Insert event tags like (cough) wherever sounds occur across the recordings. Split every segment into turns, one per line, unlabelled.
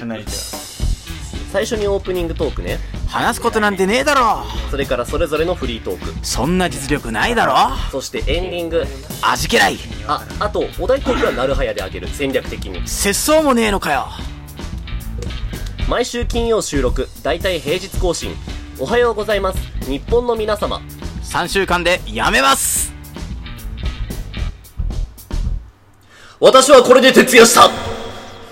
離れて
最初にオープニングトークね
話すことなんてねえだろ
それからそれぞれのフリートーク
そんな実力ないだろ
そしてエンディング
味気ない
ああとお題トークはなるはやであげる戦略的に
節操もねえのかよ
毎週金曜収録大体平日更新おはようございます日本の皆様
3週間でやめます
私はこれで徹夜した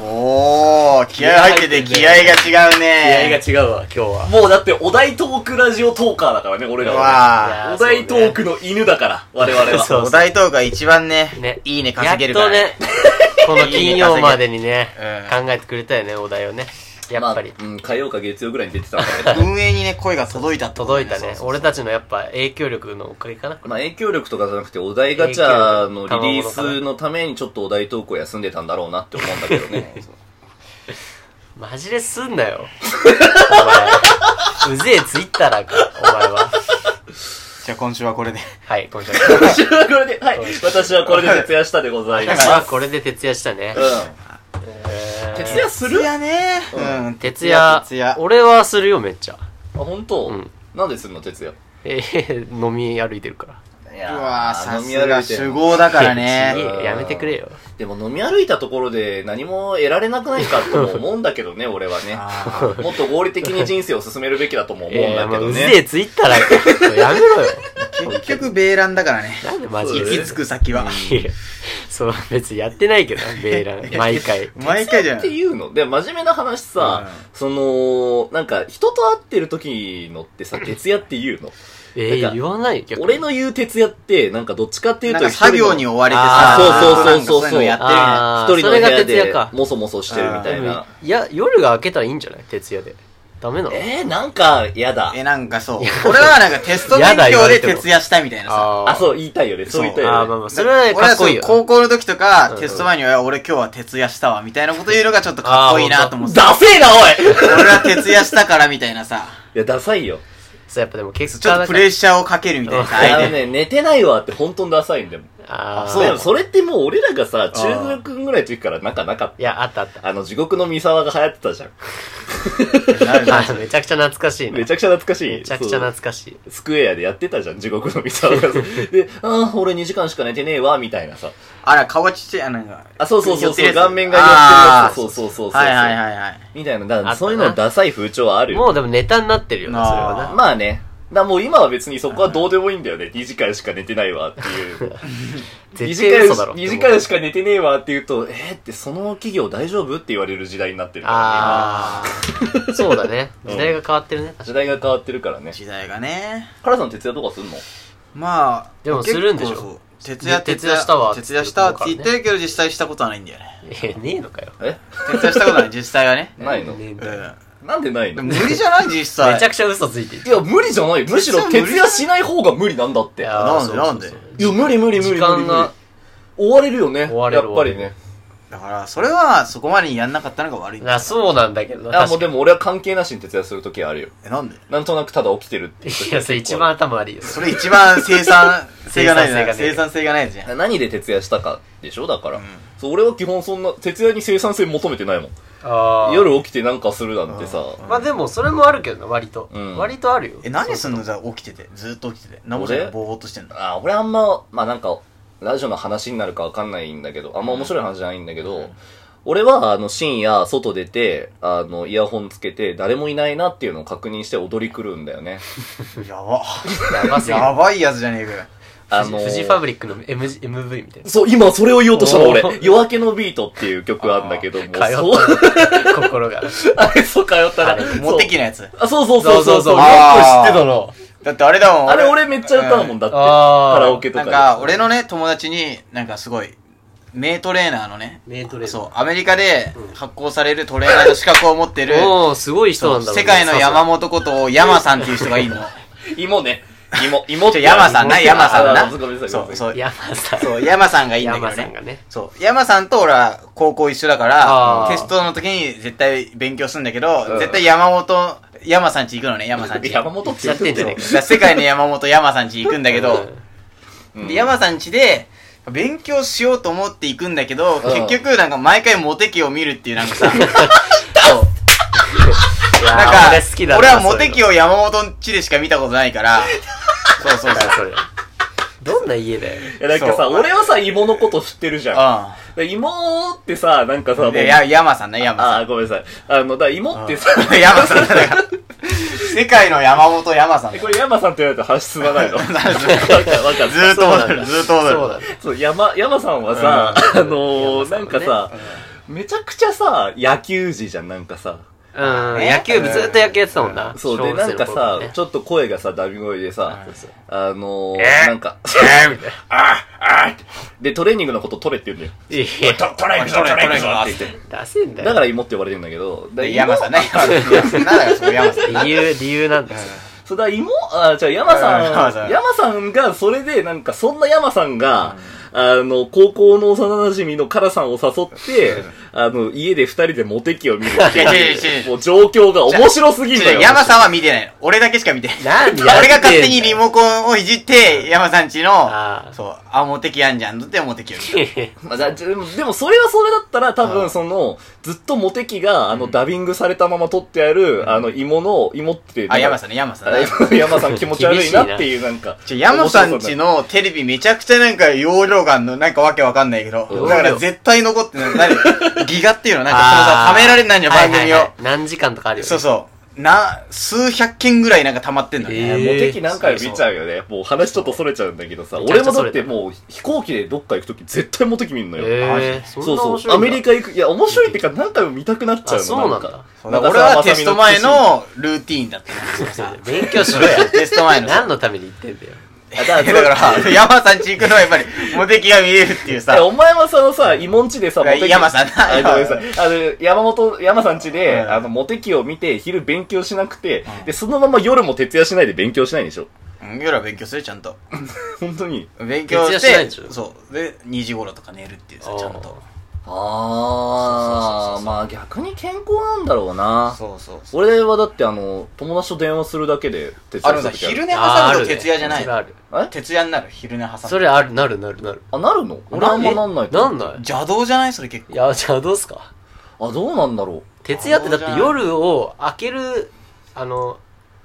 おお気合入ってて気合が違う
気合が
ね
違うわ、今日は。
もうだってお題トークラジオトーカーだからね俺らはね
わあ
ー
お題トークの犬だから我々は
(laughs) そう
お題トークが一番ね
ね
いいね稼げるか
や
ら
っとね、
(laughs)
この金曜までにね、
う
考えてくれたよね、お題をね。やっぱり。
まあうん、火曜か月曜ぐらいに出てたからね
運営にね声が届いたってこと
届いた
そうそ
ね
う。そう
俺たちのやっぱ影響力のおかげかな。これ
まあ影響力とかじゃなくてお題ガチャのリリースのためにちょっとお題トークを休んでたんだろうなって思うんだけど
(laughs)
ね
マジですん
(laughs)
なよ。お前。うぜえツイッターなんか、お前は。
じゃあ今週はこれで
はい、今週
私はこれではい私はこれで徹夜したでございます
まあ、これで徹夜したね。
うん徹夜する
徹
あ
夜ねうん
徹夜
徹夜、
俺はするよ、めっちゃ。
本当
ん
なんですんの徹夜
えー飲み歩いてるから。
いうや
わーさ
飲
す
み歩
が
いて
主語だからね
ちげえやめてくれよ。
でも飲み歩いたところで何も得られなくないかとも思うんだけどね俺
(laughs)
はね
あ
もっと合理的に人生を進めるべきだとも思うん
えー
だけ
まあ
ど
う
ね、
ぜえツイッターなんか。やめろよ。
ー結局米蘭だからね
なんでマジ
そう
で
だ
行
ね
き着く先は
そう、別にやってないけどな、ベイ
(laughs)
ラン。毎回。
毎回じゃ
っ
な
て
い
いうので真面目な話さ、
う
そのなんか人と会ってる時のってさ徹夜って言うの
え
なん
ー、
か
言わない逆に
俺の言う徹夜ってなんかどっちかっていう
なん
と
か作業に
一人の
追われて
あ
さ
ーそうそうそうそ
なんかいの
う
やってるね
あー
一人の部屋
それが徹夜
で
か
もそもそしてるみたいな
うんや、夜が明けたらいいんじゃない徹夜で。ダメなの
えー、なんか嫌だ
え、なんかそう。俺はなんかテスト勉強で徹夜したいみたいなさ。
あ
あ
あ、う。
そう言いたいよねそう言いたい
ああ、まあ
よね
まあ、それはかっこいいよ。
俺はそう高校の時とか
う、ん
テスト前に、いや俺今日は徹夜したわ、みたいなこと言うのがちょっとかっこいいなと思って。
ダセえな
(laughs)
おい
俺は徹夜したからみたいなさ、
いやダサいよ
そう、やっぱでも結
ちょ
果
っ
だ
と
か
プ
ら
レッシャーをかけるみたいなさ、
あ
相
の
手に
ね、寝てないわって本当にダサいんだよ。
ああ、
そ
そう
う、。それってもう俺らがさ、中学ぐらいの時からなんかなかっ
いや、あったあ
(laughs)
った。
た。あの、地獄の三沢が流行ってたじゃん。
なるな
あ (laughs) めちゃくちゃ懐かしいな。
めちゃくちゃ懐かしい。
めちゃくちゃ懐かしい。
そうスクエアでやってたじゃん、地獄の三沢
(laughs)
が。で、あー俺2時間しか寝てねえわ、みたいなさ。
あら、顔ちっちゃい、あなんか。
あ、そうそうそうそう、顔面が
あ
寄
ー
ってるやつ。そうそうそうそう。
はいはいはいはい。
みたいな。だから
あったな
そういうのダサい風潮はある
も
よ。
うでもネタになってるよね、それは
あ
な。
まあね。だからもう今は別にそこはどうでもいいんだよね。2時間しか寝てないわっていう。2
(laughs) 絶
時
対
間
嘘だろ。
し時間しか寝てねえわって言うと、えー、ってその企業大丈夫って言われる時代になってるから
あ
(laughs)
あ、そうだね。時代が変わってるね。
ね。時代が変わってるからね。
時代がね。
カラさん徹夜とかすんの
まあ、
でもするんでしょ
結構そう徹夜、
で徹夜したわ
徹夜したわって言ってるけど、実際したことはないんだよね。
え、ねえのかよ。
え。
徹夜したことはない、実際はね
ないの、
ねえん
う
だよ
ん。
なんでない
で
の
も
い
無理じゃない実際。
めちゃくちゃ嘘ついてる。
や、無理じゃないよ。むしろ徹夜しない方が無理なんだって。いや、
や
なんで
そうそうそう
なんで
無理無理無理無理無理。
時間が
追われるよね。
追われる
やっぱりね。
だから、それはそこまでにやんなかったのが悪いんだ。
あ、そうなんだけどな。
あ、もう
確か
で
に。
も俺は関係なしに徹夜するときあるよ。
え、なんで
なんとなくただ起きてるっていう時
いや、それ一番頭悪いよ。
それ一番生産性がないじゃん。
生
生
産
産性がないじゃん。
何で徹夜したかでしょだから、そう。俺は基本そんな、徹夜に生産性求めてないもん。
あー
夜起きてなんかするなんてさ、
まあでも、それもあるけどな、割と。
うん
割とあるよ。
え、何すんのじゃあ起きてて。ずっと起きてて。何もしないでぼーっとして
(laughs)
んの。
あ俺あんま、まあなんか、ラジオの話になるかわかんないんだけど、あんま面白い話じゃないんだけど、俺はあの深夜外出て、あのイヤホンつけて、誰もいないなっていうのを確認して踊り狂うんだよ (laughs) ね。
やば。
やばすぎる。
やばいやつじゃねえかよ。
あ
フジ
の
フジファブリックの M MV みたいな。
そう、今それを言おうとしたの俺
おー。
夜明けのビートっていう曲あんだけども、
通った
そう、
な心が。
(laughs) あれ、そう通った
あ
ら
れ。
モテ
き。
キのやつ。
あ、そうそうそうそうそう。
よく知
あー
ってたの。
だってあれだもん。
あれ俺めっちゃ歌うもん
だ。
だって。
あー
カラオケと
な
か
ん
で。
か、俺のね、友達に、なんかすごい、名トレーナーのね、
名トレーナー
そう、アメリカで発行されるトレーナーの資格を持ってる、
おー、すごい人なんだろうね
世界の山本こと、山さんっていう人がい
(laughs)
んの。
芋ね。芋、芋って。
じゃあ山さんな、
芋
山さん
(laughs) あ
な。
ごめんなさい。
そう、
う。
そう、
山さん。
そう、山さんがいいんだけど
山さんが
ね。
ね。
そう、山さんと俺は高校一緒だか
あ
ら、
ー
テストの時に絶対勉強するんだけど、
うん
絶対山本、山さんち行くのね、山さんち。
山本って言ってんじゃねえ
だから世界の山本、山さんち行くんだけど、
うん
で山さんちで、勉強しようと思って行くんだけど、
うん
結局なんか毎回モテ期を見るっていうなんかさ、なんか、
いやー俺好きだな
俺はモテ期を山本んちでしか見たことないから、そうそ
(laughs)
うそう。
そういうのあそれどんな家だよ
いや、なんかさ、
そう
俺はさ、芋のこと知ってるじゃん。
う
で芋ってさ、なんかさ、も
ん。
う
で、や、山さんね、山
あ
さ
あ、ごめんなさい。あの、だから芋ってさ、
ん。山さん (laughs) だから。世界の山本山さんだ
(laughs) え
よ
これ山さんって言われたら話進まないのわか
なる
るわかる
ずーっと戻る、ずーっと戻
そう
る。
だね
そう、山、山さんはさ、あのー、
山さ
なん
はね
んかさ、めちゃくちゃさ、野球児じゃん、なんかさ。
うん、
ね
野球部ずっと野球やってたもんな。
そう、で、
小
な
学生
ん
の
か
頃
さ
らね、
ちょっと声がさ、ダミ声でさ、あのー、
えー
なんか、
えーみたいな。
で、トレーニングのこと取れって言うんだよ。
いや
トトレーニング
トレーニング
って言って。
出せんだよ。
だから芋って呼ばれてるんだけど、だ
で、山さんね。山さんなんだよ、その山さん。
理由、理由なんだよ。
そうだ、芋あ、じゃあ山さん、
うん山さん
山さんが、それで、なんか、そんな山さんが、あの、高校の幼馴染のカラさんを誘って、あの、家で二人でモテ期を見るって
いや違う違う
い
違
う、もう状況が面白すぎんだよ。
山さんは見てないの。俺だけしか見てない。
なんで
俺が勝手に
(laughs)
リモコンをいじって、山さんち
あ
の、
ー
そう、あ、モテキやんじゃんってモテキを見た。
まあじゃあでも、でもそれはそれだったら、多
う
分
ん
その、ずっとモテ期が、あの、ダビングされたまま撮ってある、あの、芋の、芋って、
あ、山
さん
さんね、山さんね。
か。 (laughs) 山さん気持ち悪いなっていう、なんか。
ちょ山さんち
の。
のテレビめちゃくちゃなんか容量があんの、なんかわけわかんないけど。
容量
だから絶対残ってない。
(laughs)
何ギガっていうのなんかそのさ、
あー
ためられないのよ、番
はい
組
はい
を
は。い何時間とかあるよね。
そうそう。な、数百件ぐらいなんか溜まってんのね。
えー
モテ期何回も見ちゃうよね。もう話ちょっとそれちゃうんだけどさ、
めちゃ
俺
くちゃ
もだ
そ
っ
れ
て
た
もう飛行機でどっか行くとき絶対モテ期見んのよ。
えー、
そ
そんな面
うそう。
白
ア
いんだ
メリカ行く。いや、面白いってか何回も見たくなっちゃうの。
あそうなんだ
か
そうだから俺はテスト前。のルーティーンだったのそのさ。
勉強しろや。
テスト前の
何のために言ってんだよ。
あ (laughs)
(laughs)
だ
だ
か、
から
(laughs)
ら、山さんち行くのはやっぱり、モテキが見えるっていうさ
いや、。お前はそのさ、イモンチでさ、モテ期
山さんな
あごめんなさい。あの、山本、山さん家で、
うん
あの、モテ期を見て、昼勉強しなくて、で、そのまま夜も徹夜しないで勉強しないでしょ。
うん夜は勉強するよちゃんと。
本当に。
勉強し
徹夜しない
て、
でしょ
そう。で、2時頃とか寝るっていうさ、ちゃんと。
あ
ー
まあ逆に健康なんだろうな
そうそうそう。
俺はだってあの、友達と電話するだけで、徹
あ
夜
のさ、
する時ある
昼寝
あーあ
挟む
る
と
ね
徹夜じゃない
それあ
の
る。
え
徹夜になる、昼寝挟むと。
それある、なるなるなる。
あ、なるの俺あんまなんないと
な
思うん
ない
邪道じゃないそれ結構。
いや、じゃあどうすか
あ、どうなんだろ
徹夜ってだって夜を明ける、あの、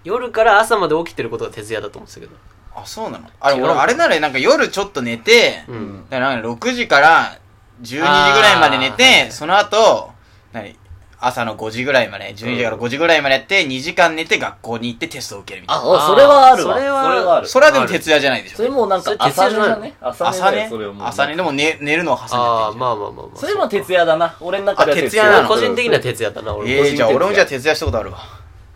夜から朝まで起きてることが徹夜だと思ってたけど。
あ、そうなのあれ、
違う
俺、あれならなんか夜ちょっと寝て、
う
う。
ん。
だからなんか6時から12時ぐらいまで寝
あーはいは
て、
い
その後、何朝の5時ぐらいまで、12時から5時ぐらいまでやって、2時間寝て学校に行ってテストを受けるみたい
あ、
な。
あそれはあるわ。
それは
ある。
それはでも徹夜じゃないでし
そ
ょ
れ。もうなんか
それ徹
朝
夜
寝
じゃない
だね。朝寝
朝
だ
寝
よそれはもう
朝寝でも寝寝るのを挟んで
ああ、
あ。
まあまあまあまあ。
それも徹夜だな。俺の中では
あ徹夜なの
個人的には徹夜だな、俺も。
ええじゃあ俺もじゃあ徹夜したことあるわ。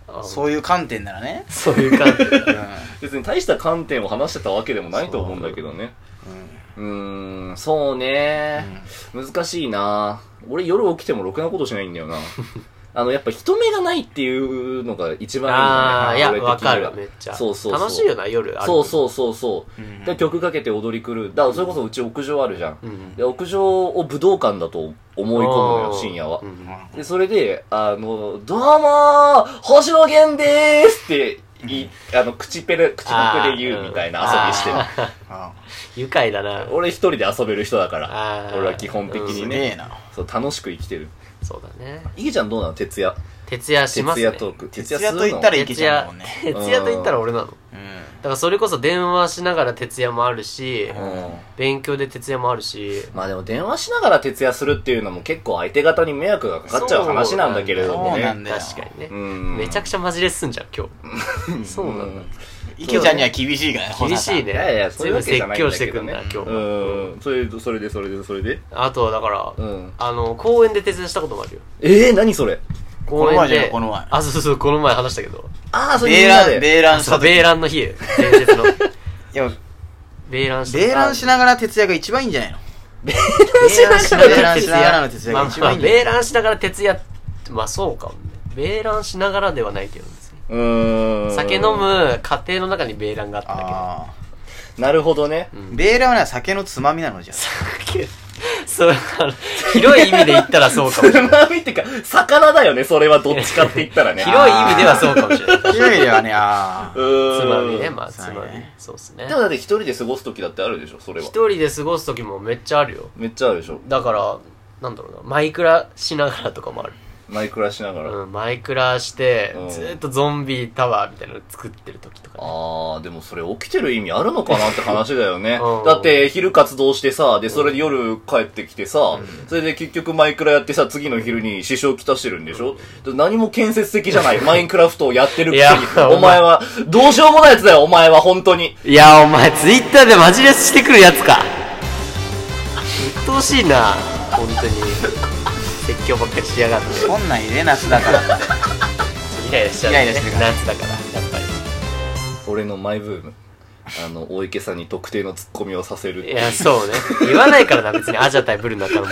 あー
そういう観点ならね。
そういう感じ。
うん。
別に大した観点を話してたわけでもないと思うんだけどね。うーん、そうね、難しいな俺夜起きてもろくなことしないんだよな。 (laughs) あの、やっぱ人目がないっていうのが一番いいん
(laughs) ああ、い
だ
や、
よね。俺
わ
的には
かる、めっちゃ。
そうそうそう。
楽しいよな、夜歩くの。
そうそうそうそう、
うん
で曲かけて踊り狂うだからそれこそうち屋上あるじゃん、
ん
で屋上を武道館だと思い込むの
あ
よ
ー
深夜は、
うん
でそれで「あのどうもー星野源でーす」っていあの口ペレ口パクで言うみたいな遊びしてる
あー
あ
愉快だな。
俺一人で遊べる人だから
あー
俺は基本的
す
に
げ
ね、
えな。
そう楽しく生きてる
そうだね。
いげちゃんどうなの徹夜
徹夜します
徹
ね。
夜トーク
徹夜と言ったらいけちゃうもんね。
徹夜と言ったら俺なの。だ
うん。
からそれこそ電話しながら徹夜もあるし、
するのうん
勉強で徹夜もあるし、
まあでも電話しながら徹夜するっていうのも結構相手方に迷惑がかかっちゃう話なんだけれども
そう
ね
なんだよ。
確かにね。
うん
めちゃくちゃマジレッスンじゃん、今日。そうなんだ。
池ちゃんには厳しいからね、
厳しいね。
いやいや、そういうわけじゃ
説
ないん
教
だ
して
け
く
ど、
ん
ね。
だ、今日。
うん。それで、それで、それで、それで。
あとはだから、
うん。
あの、公園で徹夜したこともあるよ。
ええー、何それ
公
この前
園
じゃない
で。
この前
あ、そうそうそう、この前話したけど。
ああ、それみ
ベ
ん
ー
な
ラ
で。
ン、ベーランし
そう、
た時。
ベーランの日、伝説の。
いや、
ベーランした。
ベーランしながら徹夜が一番いいんじゃないのベーランしながらの徹夜が一番いいんだよ
ベーランしながらの徹夜が一番いいんだよまあまあ、ベーランしながら徹夜って、まあそうかもね。ベーランしながらではないけど別に
うーん。
酒飲。む家庭の中にベーランがあったんだ
ああ。
なるほどね。
ベーランはね酒のつまみなのじゃあ。
けど。 (laughs) そう、あの広い意味で言ったらそうかもし
つ
れない。
ま (laughs) みってか、魚だよね、それはどっちかって言ったらね。
広い意味ではそうかもしれない。
広 (laughs) いではね、あ
う
ー
ーん
つまみね、まあ、つ
そうね
まみ。そうっすね
で。もだって一人で過ごす時だってあるでしょ、それは
一。人で過ごす時もめっちゃあるよ。
めっちゃあるでしょ。
だから、なんだろうな、マイクラしながらとかもある。
マイクラしながら。
うん、マイクラして
うん、
ずーっとゾンビタワーみたいなの作ってる時とかね。
あー、でもそれ起きてる意味あるのかなって話だよね
(laughs) う。ん
だって昼活動してさ、で、それで夜帰ってきてさ、それで結局マイクラやってさ、次の昼に支障きたしてるんでしょだ何も建設的じゃ
(laughs)
ない。マインクラフトをやってるく
いや
せに。お前は、どうしようもないやつだよ、お前は、本当に。
いや、お前、ツイッターでマジレスしてくるやつか。鬱陶しいな、本当に。説教ばっかりしやがって。
そんなん入れなすだからって。
イライラしちゃう、ね。
イライラしてるから
夏だから、やっぱり。
俺のマイブーム。あの、大池さんに特定のツッコミをさせるって
い
いう。
や、そうね。言わないからな、別に。アジャ対ブルの中のも。